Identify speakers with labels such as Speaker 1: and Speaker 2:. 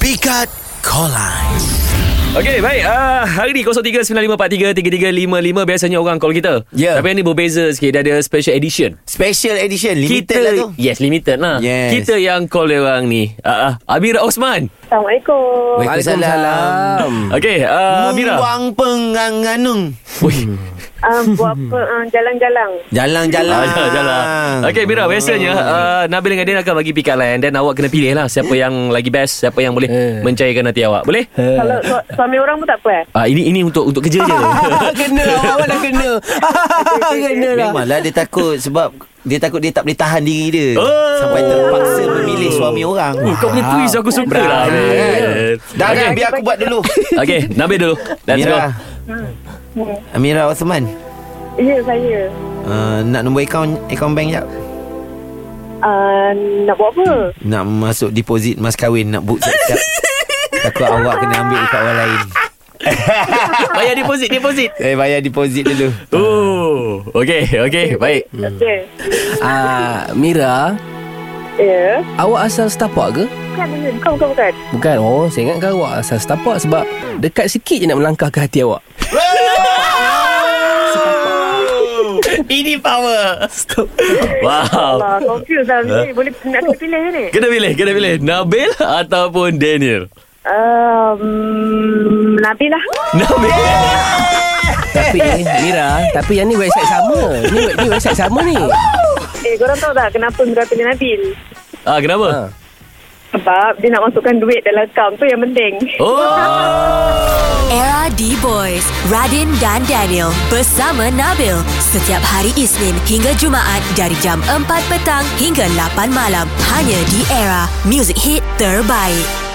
Speaker 1: Mikat Collide.
Speaker 2: Okey, baik. Uh, hari ni 0395433355 biasanya orang call kita.
Speaker 1: Ya.
Speaker 2: Tapi yang ni berbeza sikit. Dia ada special edition.
Speaker 1: Special edition limited
Speaker 2: kita
Speaker 1: lah tu.
Speaker 2: Yes, limited lah.
Speaker 1: Yes.
Speaker 2: Kita yang call dia orang ni. Uh, uh, Abira Osman.
Speaker 3: Assalamualaikum.
Speaker 1: Waalaikumsalam.
Speaker 2: Okey, uh, Abira.
Speaker 1: Muang penganganung.
Speaker 2: Wih.
Speaker 3: Um, buat apa? Uh, jalan-jalan.
Speaker 1: Jalan-jalan.
Speaker 2: Ah, ya, dah lah. Okey, Mira, biasanya
Speaker 1: Oh.
Speaker 2: uh, Nabil dengan Din akan bagi pick up line dan awak kena pilih lah siapa yang lagi best, siapa yang boleh
Speaker 1: Eh.
Speaker 2: mencairkan hati awak. Boleh?
Speaker 3: Kalau su- suami orang pun tak apa eh?
Speaker 2: Ah, ini ini untuk untuk kerja je.
Speaker 1: kena lah. Awak dah kena. kena lah. Memanglah dia takut sebab dia takut dia tak boleh tahan diri dia.
Speaker 2: Oh.
Speaker 1: Sampai terpaksa memilih suami orang.
Speaker 2: Oh, Kau punya twist aku suka lah. Nabil.
Speaker 1: Ah. Dah kan biar aku buat dulu.
Speaker 2: Okey, Nabil dulu. Let's go.
Speaker 1: Mira. Amira Osman.
Speaker 3: Ya, saya.
Speaker 1: Uh, nak nombor akaun akaun bank jap.
Speaker 3: Uh, nak buat apa?
Speaker 1: Nak masuk deposit mas kahwin Nak book siap-siap Takut awak kena ambil dekat orang lain
Speaker 2: Bayar deposit, deposit.
Speaker 1: Eh bayar deposit dulu
Speaker 2: Oh, okey, okey, baik.
Speaker 3: Okey.
Speaker 4: Ah, Mira,
Speaker 3: Ya.
Speaker 4: awak asal setapak ke?
Speaker 3: Bukan, bukan, bukan, bukan, bukan.
Speaker 4: Bukan. Oh, saya ingatkan awak asal setapak sebab dekat sikit je nak melangkah ke hati awak.
Speaker 2: Ini power. Stop. Wow.
Speaker 3: Allah, confused lah. ni. Boleh nak kena pilih ni?
Speaker 2: Kena pilih, kena pilih Nabil ataupun Daniel.
Speaker 3: Um, Nabi lah.
Speaker 2: Nabil.
Speaker 4: Tapi eh, Mira, tapi yang ni website sama. Ni, ni website sama ni.
Speaker 3: Eh, korang tahu tak kenapa Mira pilih Nabil?
Speaker 2: Ah, kenapa?
Speaker 4: Ha.
Speaker 3: Sebab dia nak masukkan duit dalam account tu yang penting.
Speaker 2: Oh.
Speaker 5: Era D-Boys Radin dan Daniel Bersama Nabil Setiap hari Isnin hingga Jumaat Dari jam 4 petang hingga 8 malam Hanya di Era Music Hit Terbaik